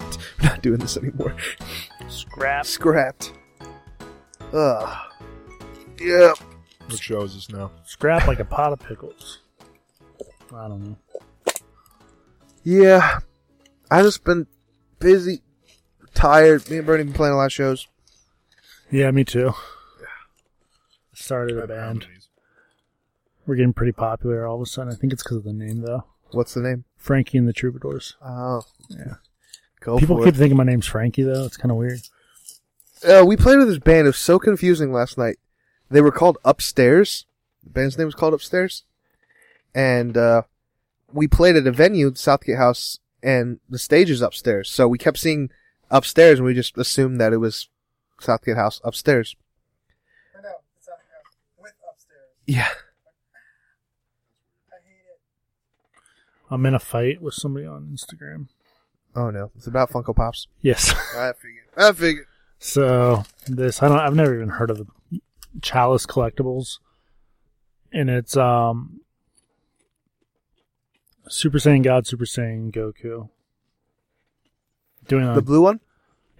We're not doing this anymore. Scrap. Scrapped. Ugh. Yep. What show is this now? Scrap like a pot of pickles. I don't know. Yeah. I just been busy, tired. Me and Bernie been playing a lot of shows. Yeah, me too. Started a band. We're getting pretty popular all of a sudden. I think it's because of the name, though. What's the name? Frankie and the Troubadours. Oh. Yeah. Go People for keep it. thinking my name's Frankie, though. It's kind of weird. Uh, we played with this band. It was so confusing last night. They were called Upstairs. The band's name was called Upstairs. And uh, we played at a venue, the Southgate House, and the stage is upstairs. So we kept seeing upstairs, and we just assumed that it was Southgate House upstairs. Yeah. I'm in a fight with somebody on Instagram. Oh no, it's about Funko Pops. Yes. I figured. I figured. So this I don't I've never even heard of the Chalice Collectibles, and it's um Super Saiyan God, Super Saiyan Goku doing a The blue one.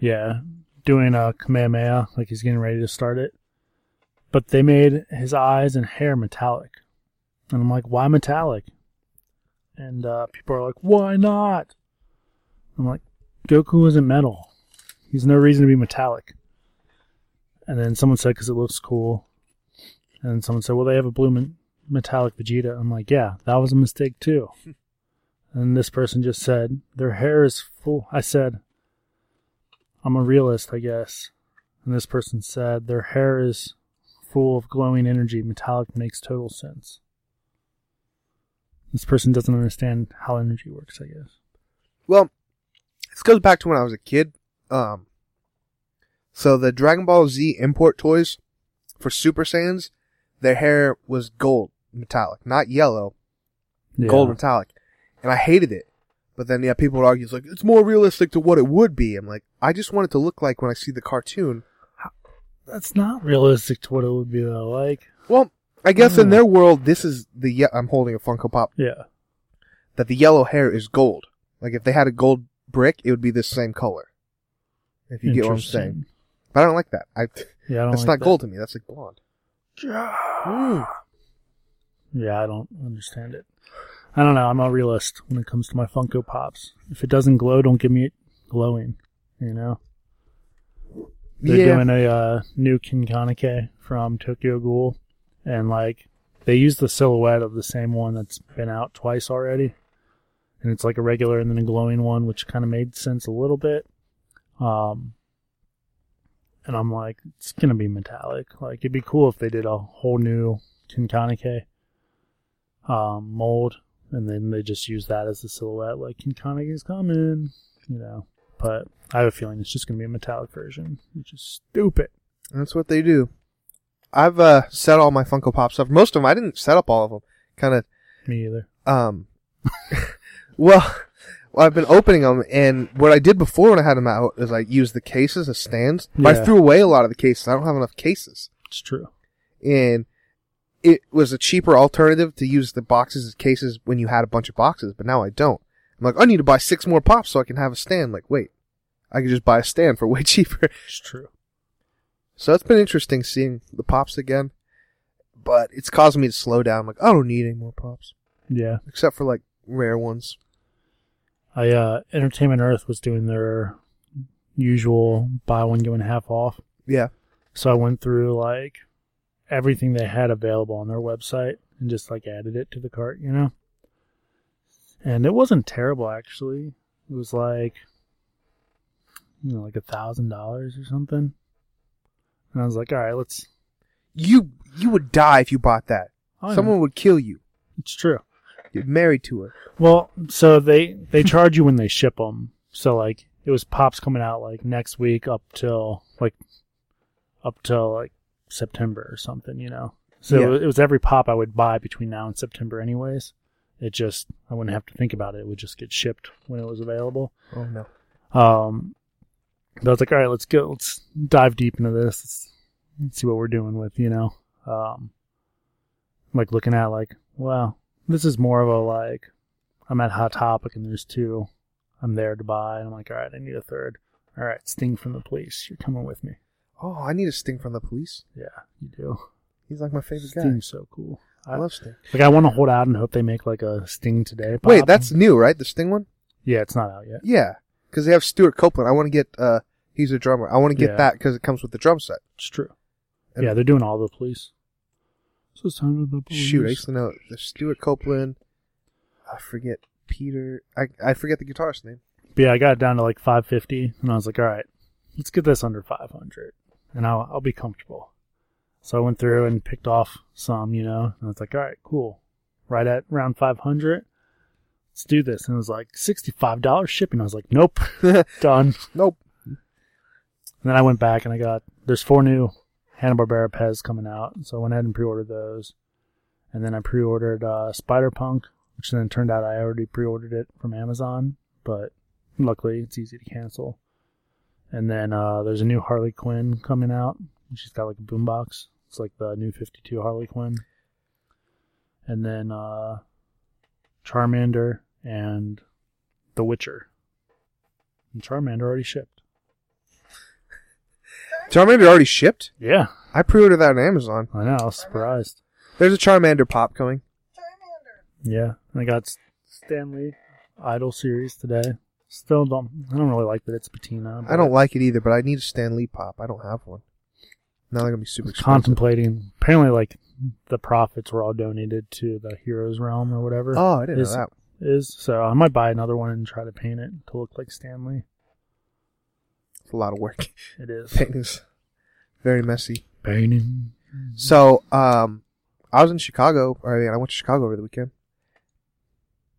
yeah doing a Kamehameha like he's getting ready to start it, but they made his eyes and hair metallic, and I'm like, why metallic? And uh, people are like, why not? I'm like, Goku isn't metal. He's no reason to be metallic. And then someone said, because it looks cool. And then someone said, well, they have a blue men- metallic Vegeta. I'm like, yeah, that was a mistake too. and this person just said, their hair is full. I said, I'm a realist, I guess. And this person said, their hair is full of glowing energy. Metallic makes total sense. This person doesn't understand how energy works, I guess. Well, this goes back to when I was a kid. Um, so the Dragon Ball Z import toys for Super Saiyans, their hair was gold metallic, not yellow, gold metallic, and I hated it. But then yeah, people would argue it's like it's more realistic to what it would be. I'm like, I just want it to look like when I see the cartoon. That's not realistic to what it would be though. Like, Well, I guess in Mm. their world, this is the ye- I'm holding a Funko Pop yeah, that the yellow hair is gold. Like if they had a gold brick, it would be the same color. If you get what I'm saying. Interesting. But I don't like that. I, Yeah, I don't that's like not that. gold to me. That's like blonde. Yeah, I don't understand it. I don't know. I'm a realist when it comes to my Funko Pops. If it doesn't glow, don't give me it glowing. You know, they're yeah. doing a uh, new Kinkanike from Tokyo Ghoul, and like they use the silhouette of the same one that's been out twice already, and it's like a regular and then a glowing one, which kind of made sense a little bit. Um, and I'm like, it's gonna be metallic. Like it'd be cool if they did a whole new Kinkanike um, mold, and then they just use that as the silhouette, like Kinkaniki's coming, you know. But I have a feeling it's just gonna be a metallic version, which is stupid. That's what they do. I've uh, set all my Funko Pops up. Most of them, I didn't set up all of them. Kind of, Me either. um, well, well, I've been opening them, and what I did before when I had them out is I used the cases as stands. But I Yeah. threw away a lot of the cases. I don't have enough cases. It's true. and it was a cheaper alternative to use the boxes as cases when you had a bunch of boxes, but now I don't. I'm like, I need to buy six more pops so I can have a stand. Like, wait, I could just buy a stand for way cheaper. It's true. So it's been interesting seeing the pops again, but it's causing me to slow down. I'm like, I don't need any more pops Yeah. except for like rare ones. I uh Entertainment Earth was doing their usual buy one get one half off. Yeah, So I went through like everything they had available on their website and just like added it to the cart, you know? And it wasn't terrible actually. It was like you know, like a thousand dollars or something. And I was like, all right, let's you you would die if you bought that. oh, yeah, Someone would kill you. it's true. You're married to it. Well, so they they charge you when they ship them. So like it was pops coming out like next week up till like up till like September or something, you know. So Yeah. it was every pop I would buy between now and September anyways. It just I wouldn't have to think about it. It would just get shipped when it was available. Oh no. Um but I was like, all right, let's go. Let's dive deep into this. Let's, let's see what we're doing with, you know. Um like looking at like, wow, this is more of a like I'm at Hot Topic and there's two I'm there to buy. And I'm like, all right, I need a third. All right, Sting from the police. You're coming with me. Oh, I need a Sting from the police. Yeah, you do. He's like my favorite guy. Sting's so cool. I love Sting. Like I want to hold out and hope they make like a Sting today. Wait, pop. that's new, right? The Sting one? yeah, it's not out yet. Yeah. Because they have Stuart Copeland. I want to get, uh, he's a drummer. I want to get Yeah. that because it comes with the drum set. It's true. And- yeah, they're doing all the police. So it's time for the police. Shoot, I used to know it. There's Stuart Copeland. I forget Peter. I, I forget the guitarist name. But yeah, I got it down to like 550, and I was like, all right, let's get this under 500, and I'll, I'll be comfortable. So I went through and picked off some, you know, and I was like, all right, cool. Right at around 500, let's do this. And it was like $65 shipping. I was like, nope, done. Nope. And then I went back and I got there's four new Hanna Barbera Pez coming out, so I went ahead and pre-ordered those. And then I pre-ordered uh, Spider Punk, which then turned out I already pre-ordered it from Amazon, but luckily it's easy to cancel. And then uh, there's a new Harley Quinn coming out. She's got like a boombox. It's like the new 52 Harley Quinn. And then uh, Charmander and The Witcher. And Charmander already shipped. Charmander already shipped? Yeah. I pre ordered that on Amazon. I know. I was surprised. There's a Charmander pop coming. Yeah, and I got S- Stanley Idol series today. Still don't. I don't really like that it's patina. I don't like it either, but I need a Stan Lee pop. I don't have one. Now they're going to be super Was expensive. contemplating. Apparently, like the profits were all donated to the Heroes Realm or whatever. Oh, I didn't is, know that. Is so I might buy another one and try to paint it to look like Stanley. It's a lot of work. It is Things very messy. painting. So, um, I was in Chicago. Or, I mean, I went to Chicago over the weekend.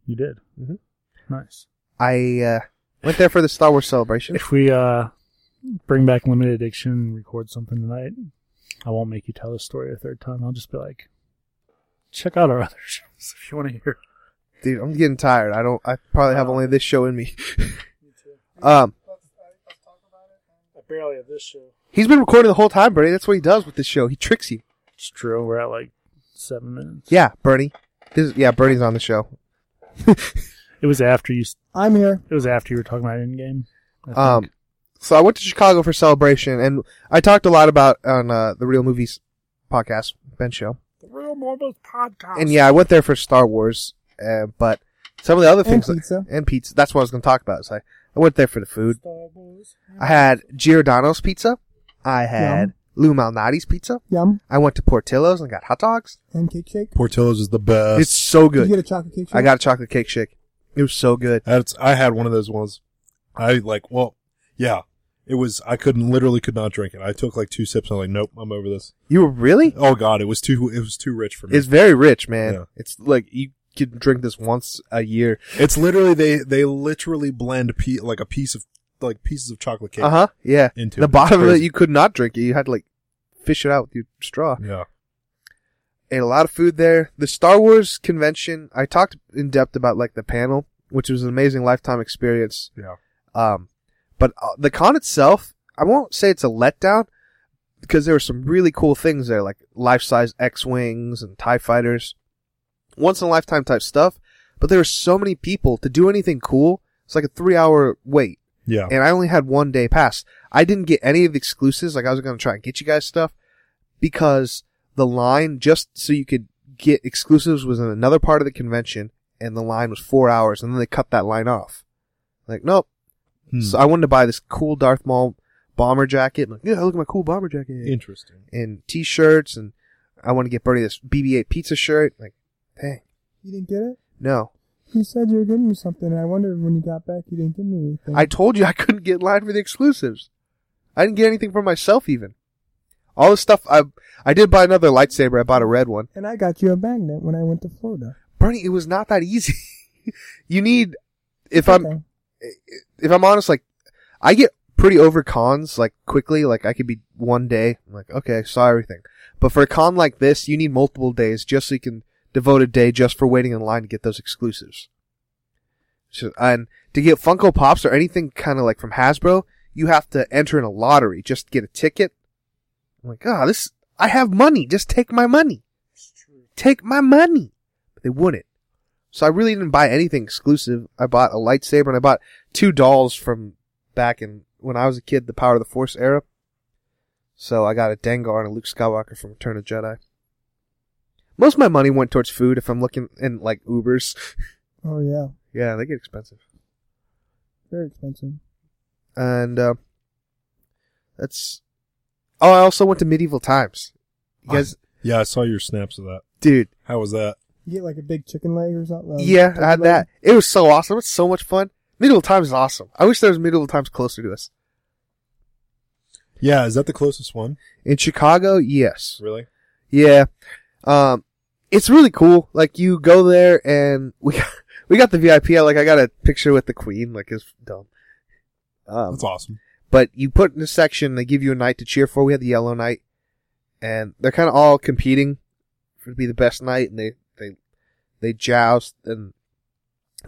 You did Mhm. nice. I uh, went there for the Star Wars celebration. If we uh bring back limited edition and record something tonight, I won't make you tell the story a third time. I'll just be like, check out our other shows if you want to hear. Dude, I'm getting tired. I don't. I probably have only this show in me. um, I barely have this show. he's been recording the whole time, Bernie. That's what he does with this show. He tricks you. It's true. We're at like seven minutes. Yeah, Bernie. This is, yeah, Bernie's on the show. It was after you. I'm here. It was after you were talking about Endgame. I think. Um, so I went to Chicago for celebration, and I talked a lot about on uh, the Real Movies podcast, Ben show. the Real Marbles podcast. And yeah, I went there for Star Wars, uh, but some of the other And things pizza. and pizza. That's what I was going to talk about. So I, I went there for the food. Star Wars. I had Giordano's pizza. I had Lou Malnati's pizza. Yum I went to Portillo's and got hot dogs. and cake shake. Portillo's is the best. it's so Did you get good. a chocolate cake shake? I got a chocolate cake shake. It was so good. That's, I had one of those ones. I like, well, yeah, it was, I couldn't, literally could not drink it. I took like two sips. I'm like, nope, I'm over this. You were really? Oh God, it was too, it was too rich for me. It's It's, very rich, man. Yeah. It's like you can drink this once a year. literally, they, they literally blend pe- like a piece of, like pieces of chocolate cake. Uh huh. Yeah. Into the it. bottom of it, Crazy. you could not drink it. You had to like fish it out with your straw. Yeah. ate a lot of food there. The Star Wars convention, I talked in depth about like the panel, which was an amazing lifetime experience. Yeah. Um, but uh, the con itself, I won't say it's a letdown because there were some really cool things there, like life-size X-wings and Tie fighters, once in a lifetime type stuff. But there were so many people to do anything cool. It's like a three-hour wait, Yeah. and I only had one day pass. I didn't get any of the exclusives. Like I was gonna try and get you guys stuff because the line just so you could get exclusives was in another part of the convention, and the line was four hours, and then they cut that line off. Like nope. Hmm. So I wanted to buy this cool Darth Maul bomber jacket. I'm like, yeah, look at my cool bomber jacket. Interesting. And t-shirts, and I want to get Bernie this BB-8 pizza shirt. Like, dang, You didn't get it. no. You said you were getting me something, and I wondered when you got back, you didn't give me anything. I told you I couldn't get in line for the exclusives. I didn't get anything for myself even. All this stuff, I I did buy another lightsaber. I bought a red one. and I got you a magnet when I went to Florida. Bernie, it was not that easy. you need, if I'm Okay. if I'm honest, like I get pretty over cons like quickly. Like I could be one day, I'm like okay, saw everything. But for a con like this, you need multiple days just so you can devote a day just for waiting in line to get those exclusives. So, and to get Funko Pops or anything kind of like from Hasbro, you have to enter in a lottery just to get a ticket. I'm like, ah, this I have money. Just take my money. Take my money. But they wouldn't. So I really didn't buy anything exclusive. I bought a lightsaber and I bought two dolls from back in when I was a kid, the Power of the Force era. So I got a Dengar and a Luke Skywalker from Return of the Jedi. Most of my money went towards food if I'm looking in like Ubers. Oh yeah, yeah, they get expensive. very expensive. And uh, that's Oh, I also went to medieval times. You guys Yeah, I saw your snaps of that. dude, How was that? You get like a big chicken leg or something. um, yeah, turkey I had leg. that. It was so awesome. It's so much fun. Medieval times is awesome. I wish there was medieval times closer to us. Yeah, is that the closest one? In Chicago, yes. Really? Yeah. Um, it's really cool. Like you go there and we got, we got the VIP. Like I got a picture with the queen. Like it's dumb. Um, That's awesome. but you put in a section. They give you a knight to cheer for. We had the yellow knight, and they're kind of all competing for to be the best knight. And they they they joust and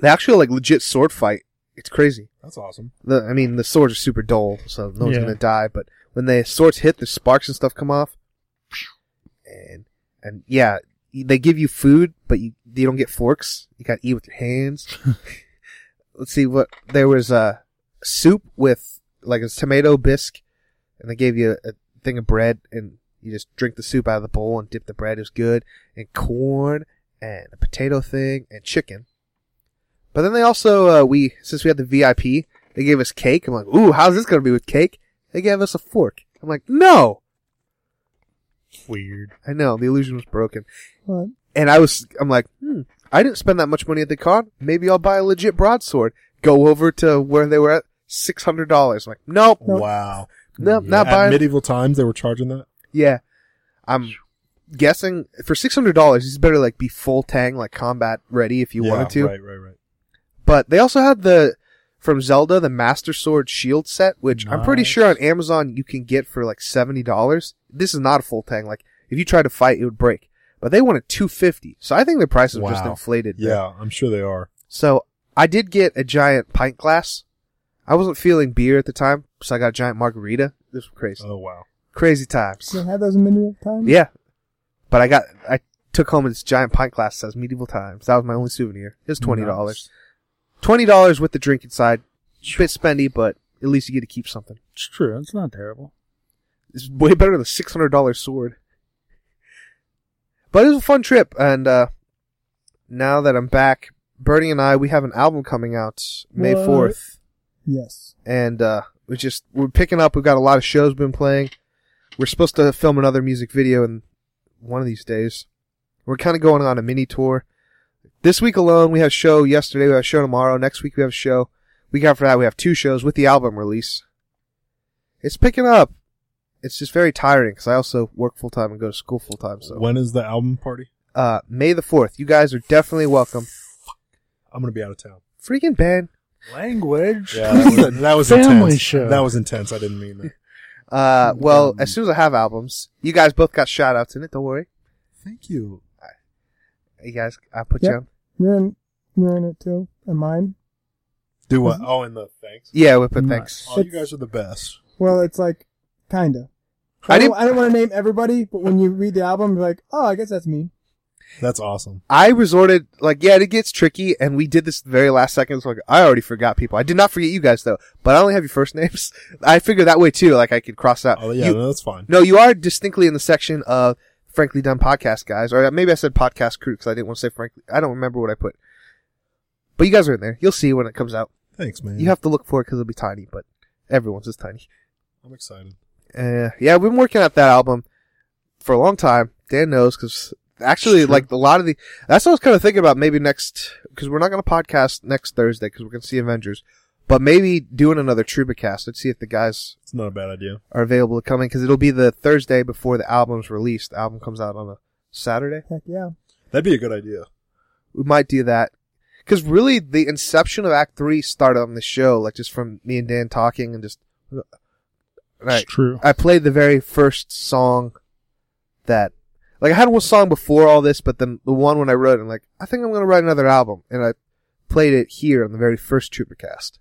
they actually like legit sword fight. It's crazy. That's awesome. The, I mean, the swords are super dull, so no one's Yeah. gonna die. But when the swords hit, the sparks and stuff come off, and and yeah, they give you food, but you you don't get forks. You gotta eat with your hands. Let's see what there was uh, soup with like a tomato bisque, and they gave you a, thing of bread, and you just drink the soup out of the bowl and dip the bread. It was good, and corn and a potato thing and chicken. But then they also uh, we since we had the VIP, they gave us cake. I'm like, ooh, how's this gonna be with cake? They gave us a fork. I'm like, no. Weird. I know the illusion was broken, What? and I was I'm like, hmm, I didn't spend that much money at the con. Maybe I'll buy a legit broadsword. Go over to where they were at six hundred dollars. Like, nope, Nope. Wow. nope, not At buying. medieval times, they were charging that. yeah, I'm guessing for six hundred dollars, he's better like be full tang, like combat ready if you Yeah, wanted to. Right, right, right. But they also had the from Zelda the Master Sword Shield set, which I'm pretty Nice. sure on Amazon you can get for like seventy dollars. This is not a full tang. Like if you tried to fight, it would break. But they wanted two fifty, so I think the prices were just Wow. inflated. there. Yeah, I'm sure they are. So I did get a giant pint glass. I wasn't feeling beer at the time, so I got a giant margarita. This was crazy, Oh wow. crazy times. They had those in medieval times. Yeah, but I got I took home this giant pint glass that says medieval times. That was my only souvenir. It was twenty dollars. Twenty dollars with the drink inside. Bit spendy, but at least you get to keep something. It's true. It's not terrible. It's way better than a six hundred dollar sword. But it was a fun trip, and uh, now that I'm back, Bernie and I we have an album coming out May What? fourth, Yes. and uh, we just we're picking up. We've got a lot of shows been playing. We're supposed to film another music video in one of these days. We're kind of going on a mini tour. This week alone, we have a show yesterday. We have a show tomorrow. Next week, we have a show. Week after that, we have two shows with the album release. It's picking up. It's just very tiring because I also work full time and go to school full time. So, When is the album party? uh, May the 4th, you guys are definitely welcome. I'm gonna be out of town. Freaking Ben. Language. Yeah, that was, that was Family intense. show. That was intense. I didn't mean that. Uh, well, Um, as soon as I have albums, you guys both got shout outs in it. Don't worry. Thank you. You guys, I put Yep. you on. You're in. You're in it too. And mine. Do what? Oh, and the thanks. Yeah, we put Nice. thanks. Oh, you guys are the best. Well, it's like kinda. I I, didn't. didn't- I don't want to name everybody, but when you read the album, you're like, oh, I guess that's me. That's awesome. I resorted, like, yeah, it gets tricky, and we did this the very last second. So like, I already forgot people. I did not forget you guys though, but I only have your first names. I figured that way too. Like, I could cross out. Oh yeah, You- no, that's fine. no, you are distinctly in the section of frankly done podcast guys, or uh, maybe I said podcast crew because I didn't want to say frankly. I don't remember what I put, but you guys are in there. You'll see when it comes out. Thanks, man. You have to look for it because it'll be tiny, but everyone's is tiny. I'm excited. Uh, yeah, we've been working at that album for a long time. Dan knows because actually, Sure. like a lot of the, that's what I was kind of thinking about. Maybe next, because we're not going to podcast next Thursday because we're going to see Avengers, but maybe doing another Trubacast. Let's see if the guys It's not a bad idea. are available to come in because it'll be the Thursday before the album's released. The album comes out on a Saturday. Heck yeah. That'd be a good idea. We might do that because really the inception of Act Three started on the show, like just from me and Dan talking and just. Right. It's true. I played the very first song that, like, I had one song before all this, but then the one when I wrote, it, I'm like, I think I'm gonna write another album, and I played it here on the very first Troopercast.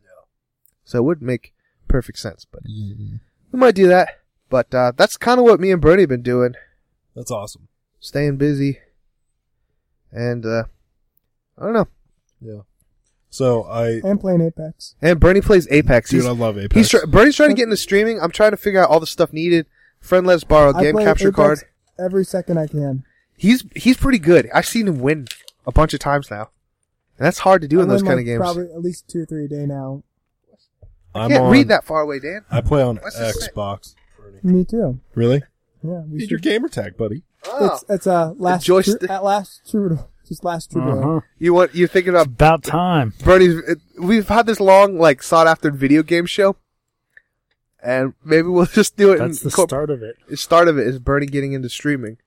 So it would make perfect sense, but we might do that. But uh, that's kind of what me and Bernie have been doing, That's awesome. staying busy, and uh, I don't know. Yeah. So I, And playing Apex. And Bernie plays Apex. dude, he's I love Apex. he's try- Bernie's trying to get into streaming. I'm trying to figure out all the stuff needed. Friend let's borrow I Oh, game play capture Apex card. every second I can. He's he's pretty good. I've seen him win a bunch of times now. And that's hard to do I in those win, kind like, of games. Probably at least two or three a day now. I I'm can't on, read that far away, Dan. I play on What's this thing? Xbox. Me too. Really? Yeah, we Need your should. gamer tag, buddy. Oh. It's it's uh, last joystick. tru- at last troubadour, just last troubadour. Uh-huh. You want you're thinking It's about about time. Bernie's. It, we've had this long, like sought after video game show, and maybe we'll just do it. That's in the corp- start of it. the start of it is Bernie getting into streaming.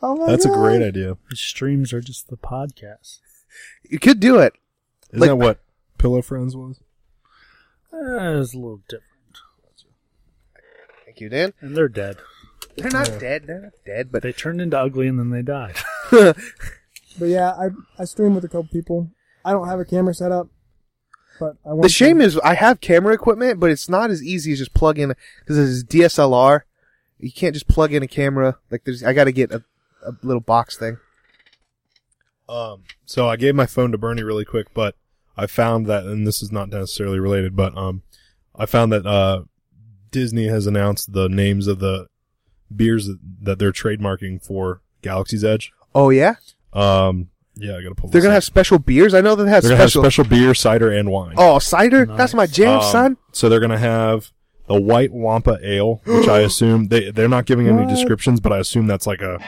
Oh my That's a God. great idea. The streams are just the podcast. You could do it. Isn't Like- that what Pillow Friends was? Eh, it's a little different. Thank you, Dan. And they're dead. They're not dead. They're not dead, but They turned into ugly and then they died. But yeah, I I stream with a couple people. I don't have a camera set up, but I want. the shame to. is I have camera equipment, but it's not as easy as just plug in because it's DSLR. You can't just plug in a camera. Like there's, I got to get a, a little box thing. Um, so I gave my phone to Bernie really quick, but I found that, and this is not necessarily related, but um, I found that uh, Disney has announced the names of the beers that, that they're trademarking for Galaxy's Edge. Oh yeah, Um, yeah, I gotta pull. they're this gonna up. have special beers. I know they have they're gonna special. have special beer, cider, and wine. Oh, cider. That's my Nice. jam, Um, son. So they're gonna have the White Wampa Ale, which I assume they they're not giving any What? descriptions, but I assume that's like a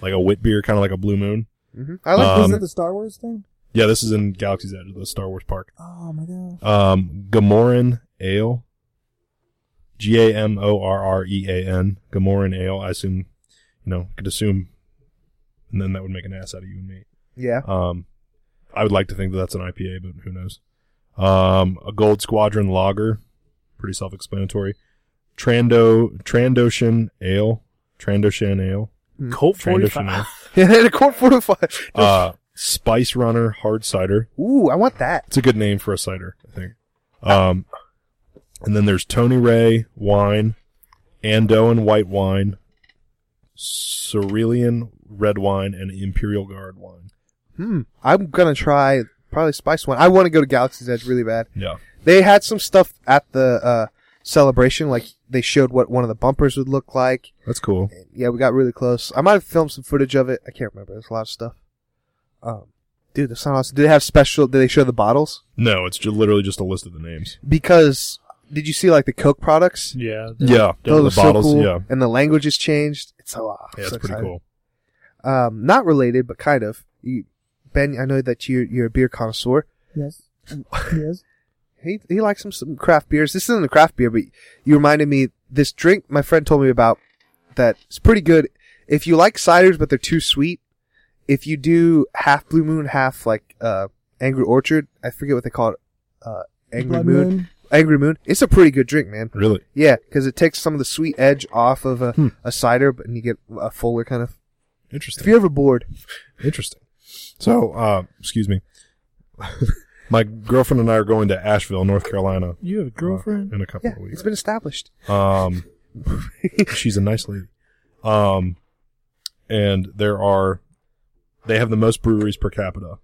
like a wit beer, kind of like a Blue Moon. hmm I like um, is it the Star Wars thing? Yeah, this is in Galaxy's Edge, the Star Wars park. Oh my god! Um, Gamoran Ale. G A M O R R E A N. Gamoran Ale. I assume, you know, could assume, and then that would make an ass out of you and me. yeah. Um, I would like to think that that's an IPA, but who knows? Um, a Gold Squadron Lager, pretty self-explanatory. Trando Trandoshan Ale, Trandoshan Ale, Hmm. Colt Trandoshan 45. Ale. Yeah, they had a court fortified. Uh, Spice Runner Hard Cider. Ooh, I want that. It's a good name for a cider, I think. Um, and then there's Tony Ray wine, Andoan white wine, Cerulean red wine, and Imperial Guard wine. Hmm. I'm gonna try probably spice one. I want to go to Galaxy's Edge really bad. Yeah. They had some stuff at the uh, celebration, like they showed what one of the bumpers would look like. That's cool. And yeah, we got really close. I might have filmed some footage of it. I can't remember. There's a lot of stuff. Um, dude, the sound awesome. Did they have special? Did they show the bottles? No, it's ju- literally just a list of the names. Because did you see like the Coke products? Yeah. the- Yeah. Those are the bottles. Oh, so cool. Yeah. And the language has changed. It's so. ah, Yeah, so it's pretty excited. cool. um, not related, but kind of. You, ben, I know that you're, you're a beer connoisseur. Yes, yes. He, he likes some, some craft beers. This isn't a craft beer, but you reminded me this drink my friend told me about that it's pretty good. If you like ciders, but they're too sweet, if you do half Blue Moon, half like, uh, Angry Orchard, I forget what they call it, uh, Angry Blood Moon. Angry Moon. It's a pretty good drink, man. Really? Yeah, because it takes some of the sweet edge off of a, Hmm. a cider, but and you get a fuller kind of. If Interesting. you're ever bored, Interesting. So, uh, excuse me. My girlfriend and I are going to Asheville, North Carolina, uh, You have a girlfriend? in a Oh, couple yeah, of it's weeks. been established. Um, she's a nice lady. Um, and there are, they have the most breweries per capita,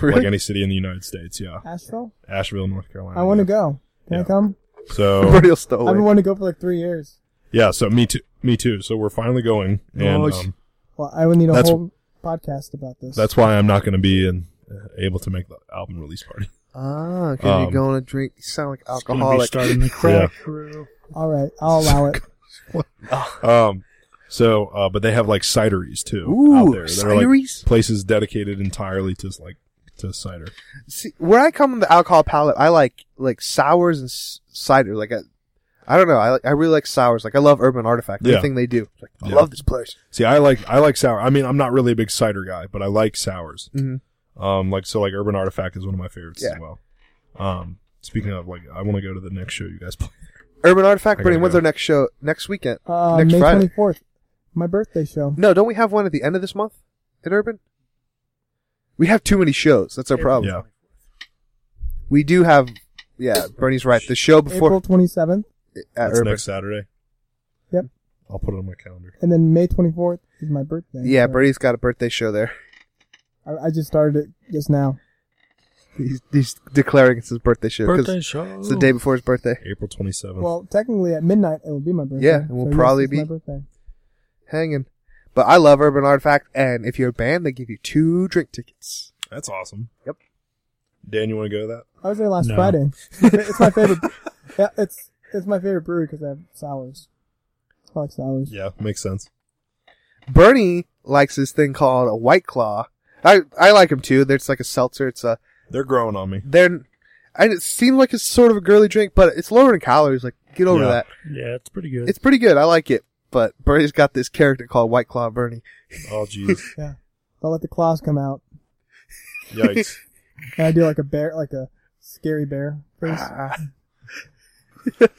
like any city in the United States. Yeah, Asheville. Asheville, North Carolina. I want to go. Can I Yeah. come? So Proverbial stowaway. I've been wanting to go for like three years. yeah, so me too. Me too. So we're finally going, and Oh, um, Well, I would need a That's- whole podcast about this. that's why I'm not going to be in, uh, able to make the album release party. Ah, because you're Um, going to drink. You sound like It's gonna be Uh, alcoholic. starting the crack crew. all right. I'll allow it. Um, so uh, but they have like cideries too Ooh, out there. They're like cideries? places dedicated entirely to like to cider. See, where I come on the alcohol palate, I like like sours and s- cider. Like I, I don't know. I like, I really like sours. Like I love Urban Artifact. Yeah. Everything they do. Like, I Yeah. love this place. See, I like I like sour. I mean, I'm not really a big cider guy, but I like sours. Mhm. Um, like so, like Urban Artifact is one of my favorites as Yeah. well. Um, speaking of, like, I want to go to the next show you guys play. Urban Artifact I Burning. gotta When's go. our next show? Next weekend? Uh, next May Friday? 24th, my birthday show. No, don't we have one at the end of this month at Urban? We have too many shows. That's our problem. Oh, Yeah. We do have, yeah, Bernie's right. The show before April 27th, at That's Urban. next Saturday. Yep. I'll put it on my calendar. and then May 24th is my birthday. Yeah, so Bernie's got a birthday show there. I, I just started it just now. He's, he's declaring it's his birthday show. 'cause Birthday show. It's the day before his birthday. April 27th. Well, technically at midnight it will be my birthday. Yeah, it will so yes, probably it's be- my birthday. Hanging. But I love Urban Artifact, and if you're a band, they give you two drink tickets. That's awesome. Yep. Dan, you want to go to that? I was there last No. Friday. it's my favorite. yeah, it's it's my favorite brewery because they have sours. I like sours. Yeah, makes sense. Bernie likes this thing called a White Claw. I, I like him too. It's like a seltzer. It's a, They're growing on me. they're, and it seems like it's sort of a girly drink, but it's lower in calories. Like, get over Yeah. that. Yeah, it's pretty good. It's pretty good. I like it. But Bernie's got this character called White Claw Bernie. Oh, jeez. Yeah. Don't let the claws come out. Yikes. And I do like a bear, like a scary bear face. Ah.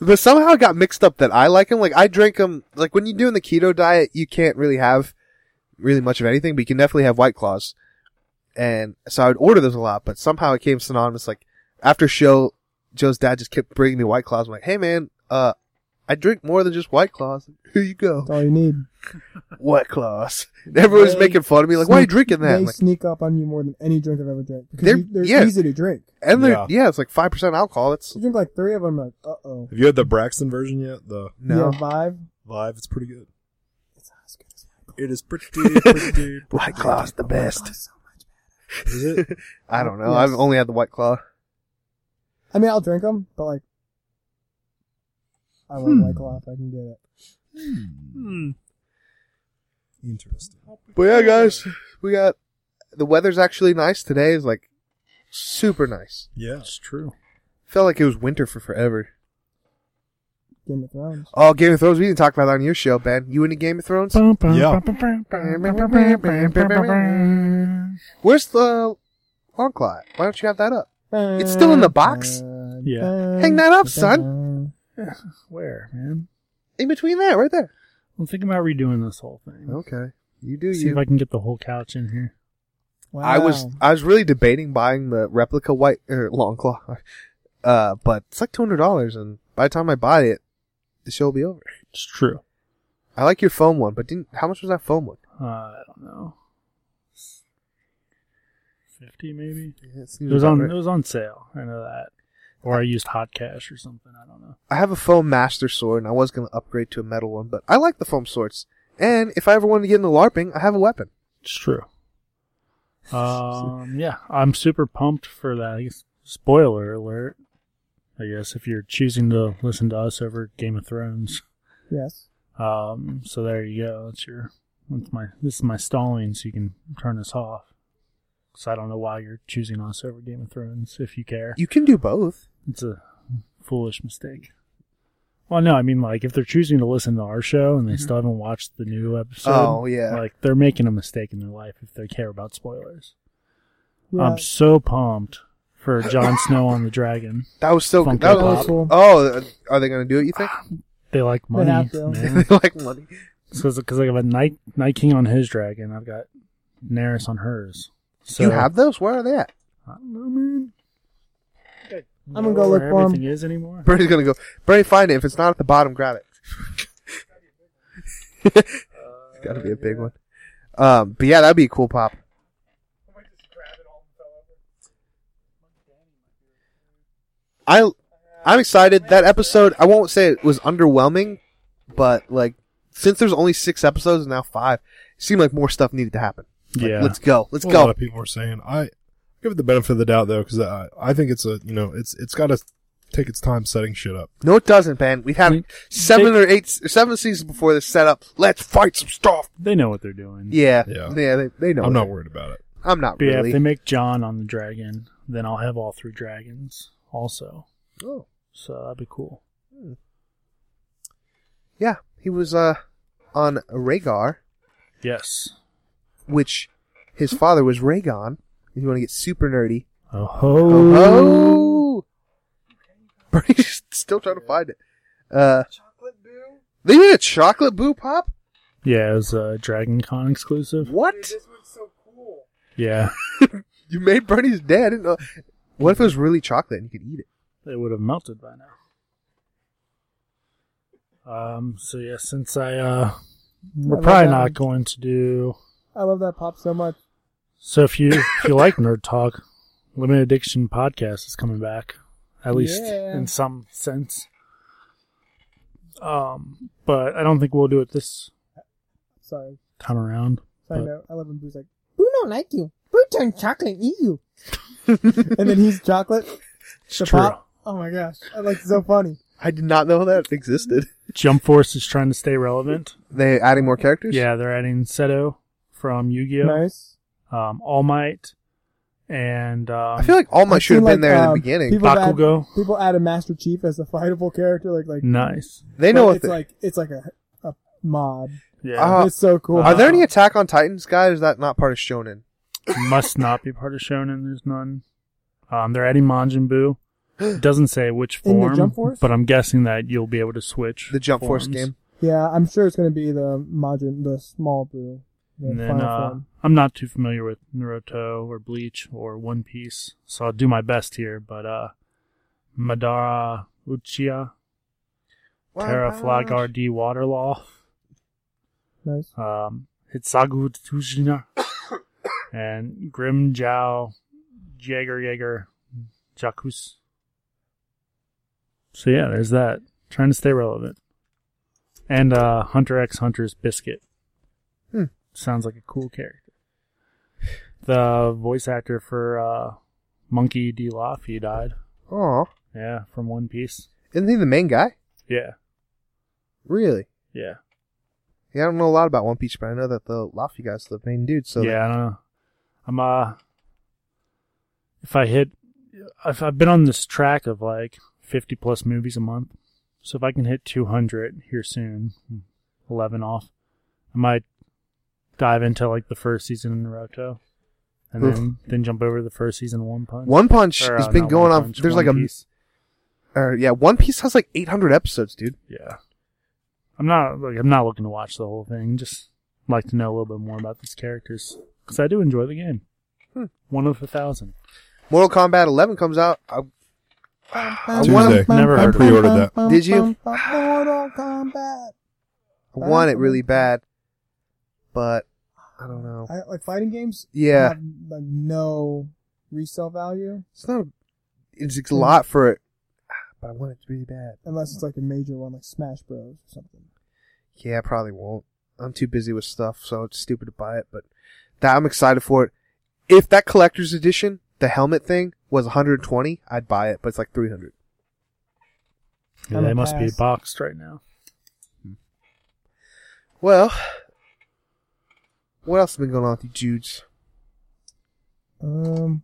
But somehow it got mixed up that I like them. Like I drink them. Like when you're doing the keto diet, you can't really have really much of anything, but you can definitely have White Claws. And so I would order those a lot, but somehow it came synonymous. Like after show, Joe's dad just kept bringing me White Claws. I'm like, hey man, uh, I drink more than just White Claws. Here you go, That's all you need. White Claws. And everyone's They making fun of me. Like, why are you sneak- drinking that? They I'm like, sneak up on you more than any drink I've ever drank. Because They're- you- they're yeah. easy to drink. and they're, Yeah. yeah. it's like five percent alcohol. It's You drink like three of them, like, uh oh. Have you had the Braxton version yet? The no. Yeah, Vive. Live? It's pretty good. It's not as good as Vive. It is pretty, pretty. White Claw's the best. so much better. Is it? I don't know. Yes. I've only had the White Claw. I mean, I'll drink them, but like, I won't Hmm. like a lot if I can get it. Hmm. Interesting. But yeah, guys, we got the weather's actually nice today. Is like super nice. Yeah. That's true. Felt like it was winter for forever. Game of Thrones. Oh, Game of Thrones. We didn't talk about that on your show, Ben. You into Game of Thrones? Yeah. Where's the long claw? at? Why don't you have that up? It's still in the box? Yeah. Hang that up, son. Where, man? In between there, right there. I'm thinking about redoing this whole thing. Okay, you do See if you. I can get the whole couch in here. Wow. I was I was really debating buying the replica white or long claw, uh, but it's like two hundred dollars, and by the time I buy it, the show will be over. It's true. I like your foam one, but didn't how much was that foam one? Uh, I don't know. Fifty maybe. Yeah, it It seems was about on. right. It was on sale. I know that. Or I used hot cash or something. I don't know. I have a foam master sword, and I was going to upgrade to a metal one, but I like the foam swords. And if I ever wanted to get into LARPing, I have a weapon. It's true. Um, yeah, I'm super pumped for that. I guess, spoiler alert. I guess if you're choosing to listen to us over Game of Thrones, Yes. um, so there you go. That's your. That's my. This is my stalling, so you can turn this off. Because I don't know why you're choosing us over Game of Thrones if you care. You can do both. It's a foolish mistake. Well, no, I mean, like, if they're choosing to listen to our show and they Mm-hmm. still haven't watched the new episode, Oh, yeah. like, they're making a mistake in their life if they care about spoilers. Yeah. I'm so pumped for Jon Snow on the dragon. That was so Funko good. That Pop. was, oh, are they going to do it, you think? Ah. They like money, have to. man. they like money. Because I have a Night Night King on his dragon, I've got Daenerys on hers. So you have those? Where are they at? I don't know, man. I'm gonna go look where for 'em. everything is anymore. Bernie's going to go, Bernie, find it. If it's not at the bottom, grab it. it's got to be a big one. Um, but yeah, that'd be a cool pop. I I'm excited. That episode, I won't say it was underwhelming, but like since there's only six episodes and now five, it seemed like more stuff needed to happen. Like, Yeah, let's go, let's A lot go. of people were saying. I give it the benefit of the doubt though, because I, I think it's a you know it's it's got to take its time setting shit up. No, it doesn't, Ben. We've had We- seven or eight, seven seasons before this setup. Let's fight some stuff. they know what they're doing. Yeah, yeah, Yeah. they, they know. I'm it. not worried about it. I'm not But yeah, really. if they make John on the dragon, then I'll have all three dragons also. oh. So that'd be cool. Yeah, he was uh on Rhaegar, Yes. which His father was Raygon. If you want to get super nerdy. Oh ho! Oh! Bernie's still trying to find it. Uh, Chocolate Boo? they did a chocolate boo pop? Yeah, it was a Dragon Con exclusive. What? Dude, this one's so cool. Yeah, You made Bernie's dad. I didn't know. What if it was really chocolate and you could eat it? they would have melted by now. Um. So yeah, since I uh, we're I love probably that not one. going to do. I love that pop so much. So if you if you like nerd talk, limited addiction podcast is coming back, at least Yeah. in some sense. Um, but I don't think we'll do it this Sorry. time around. Sorry, But- no. I love when Boo's like, Boo don't like you. Boo turned chocolate and eat you. and then he's chocolate. It's The true. pop. Oh my gosh. I like so funny. I did not know that existed. Jump Force is trying to stay relevant. They adding more characters? Yeah, they're adding Seto from Yu-Gi-Oh, Nice. um, All Might, and um, I feel like All Might I've should have seen, been there in um, the beginning. People have added- Bakugo. People add a Master Chief as a fightable character, like like nice. they know but what it's they- like it's like a, a mod. Yeah, Uh, it's so cool. Are there any Uh, Attack on Titans guys? Is that not part of Shonen? must not be part of Shonen. There's none. Um, they're adding Majin Buu. It doesn't say which In the form, Jump Force? but I'm guessing that you'll be able to switch The Jump Force forms. game. yeah, I'm sure it's gonna be the Majin, the small blue, the And then final uh, form. I'm not too familiar with Naruto or Bleach or One Piece, so I'll do my best here. But uh, Madara Uchiha, Terra Flaggar D Waterlaw, Nice. um, Hitsagu Tsushina, and Grim Jow Jaeger Jaeger Jakus. So yeah, there's that. Trying to stay relevant. And uh, Hunter X Hunter's Biscuit. Hmm. Sounds like a cool character. The voice actor for uh, Monkey D. Luffy died. Oh, Yeah, from One Piece. isn't he the main guy? Yeah, Really? yeah, Yeah, I don't know a lot about One Piece, but I know that the Luffy guy's the main dude. So yeah, I don't know. I'm uh, if I hit, I've I've been on this track of like 50 plus movies a month, so if I can hit 200 here soon, 11 off, I might dive into like the first season in Naruto, and Oof. then then jump over to the first season of One Punch. One Punch Or, has uh, been not going One on. Punch, there's One like Piece. a, uh, yeah, One Piece has like 800 episodes, dude. yeah. I'm not like I'm not looking to watch the whole thing. Just like to know a little bit more about these characters because I do enjoy the game. Hmm. One of a thousand. Mortal Kombat 11 comes out. I, I Tuesday. want, Never I heard of it. pre-ordered that. Did you? Mortal Kombat. I want it really bad, but I don't know. I, like fighting games. Yeah. Have, like no resale value It's not. A, it's a lot for it, but I want it really bad. unless it's like a major one, like Smash Bros or something. Yeah, I probably won't. I'm too busy with stuff, so it's stupid to buy it. But that I'm excited for it. If that collector's edition, the helmet thing was 120, I'd buy it, but it's like 300. Yeah, I'm they a must be pass. boxed right now. Well, what else has been going on with you, Judes? Um,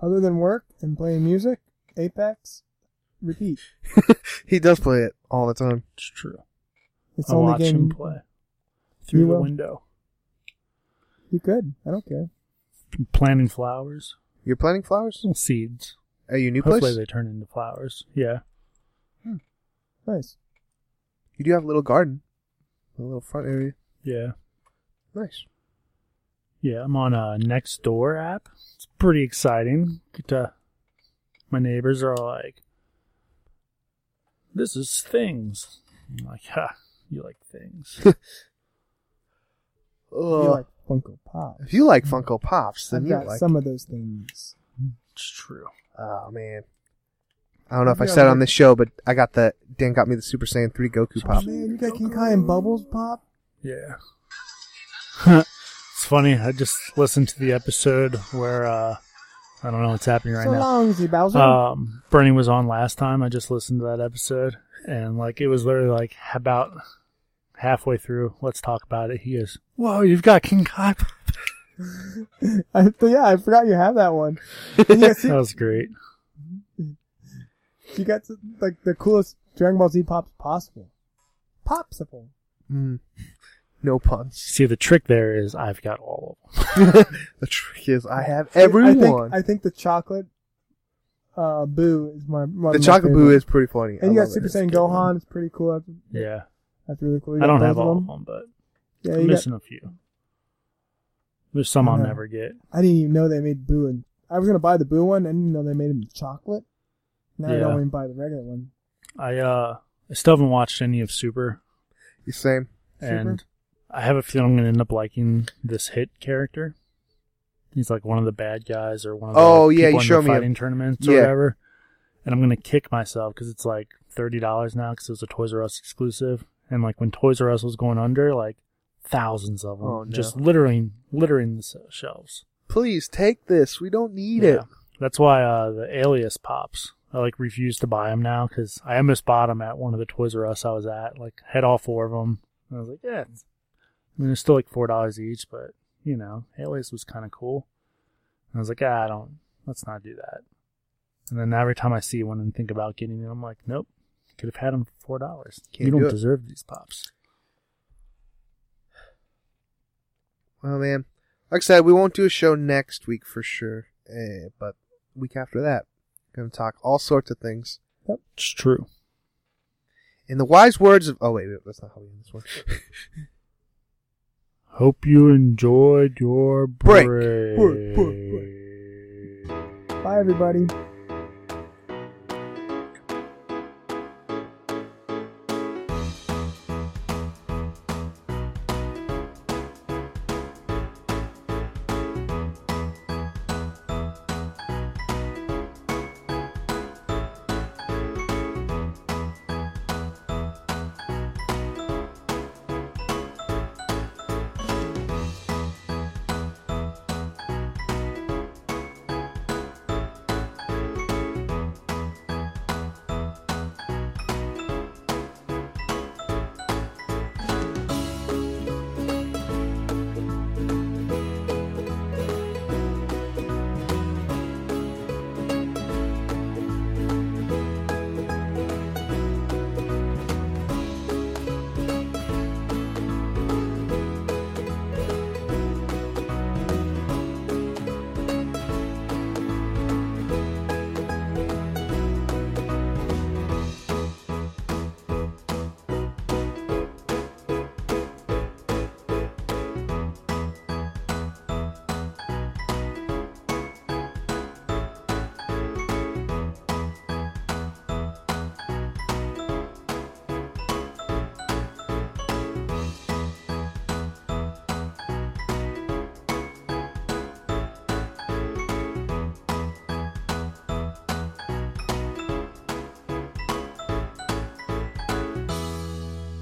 other than work and playing music, Apex, repeat. He does play it all the time. It's true. It's the I only watch game him play through You the will. window, You could. I don't care. planting flowers, You're planting flowers? little seeds. Are you a new Hopefully place? they turn into flowers. Yeah, Nice. You do have a little garden, a little front area. yeah, Nice. yeah. I'm on a next door app. It's pretty exciting. Get to, my neighbors are like, "This is things." I'm like, "Ha, you like things." you Ugh. like Funko Pop. if you like Funko Pops, then I've you got like. some of those things. it's true. Oh man. I don't know if I Yeah, said it but- on this show, but I got the Dan got me the Super Saiyan 3 Goku pop. Man, you got King Kai and Bubbles Pop. Yeah. it's funny. I just listened to the episode where uh, I don't know what's happening right so now. long, Z Bowser. Um, Bernie was on last time. I just listened to that episode, and like it was literally like about halfway through. Let's talk about it. He goes, "Whoa, you've got King Kai." I, but yeah, I forgot you have that one. And you, got, That was great. you got to, like the coolest Dragon Ball Z pops possible. Popsicle. Mm. No puns. See, the trick there is I've got all of them. the trick is I have everyone. I think, I think the chocolate uh, boo is my, my the chocolate boo is pretty funny. I And you got love Super it. Saiyan Gohan. It's pretty cool. That's, Yeah. that's really cool. You I got don't both have all of them, but Yeah, I'm you got, Uh-huh. missing a few. There's some I'll Yeah. never get. I didn't even know they made boo. And I was gonna buy the boo one. I didn't know they made them chocolate. Now I Yeah. don't even buy the regular one. I uh I still haven't watched any of Super, You same. and I have a feeling I'm gonna end up liking this hit character. He's like one of the bad guys or one of the Oh, yeah, people you in showed the me him. fighting tournaments or Yeah. whatever. And I'm gonna kick myself because it's like thirty dollars now because it was a Toys R Us exclusive. And like when Toys R Us was going under, like thousands of them Oh, no. just littering littering the s- shelves. Please take this. We don't need it. That's why uh, the Alias pops. I like refuse to buy them now because I almost bought them at one of the Toys R Us I was at. Like had all four of them. And I was like, yeah. it's- I mean, they're still like four dollars each, but you know, Alias was kind of cool. And I was like, ah, I don't. Let's not do that. And then every time I see one and think about getting it, I'm like, nope. Could have had them for four dollars. Can't You don't do it. deserve these pops. Well, man, like I said, we won't do a show next week for sure, eh, but week after that, we're gonna talk all sorts of things. It's true. In the wise words of oh wait, wait that's not how we end this one. Hope you enjoyed your Break. break. Break, break, Bye, everybody.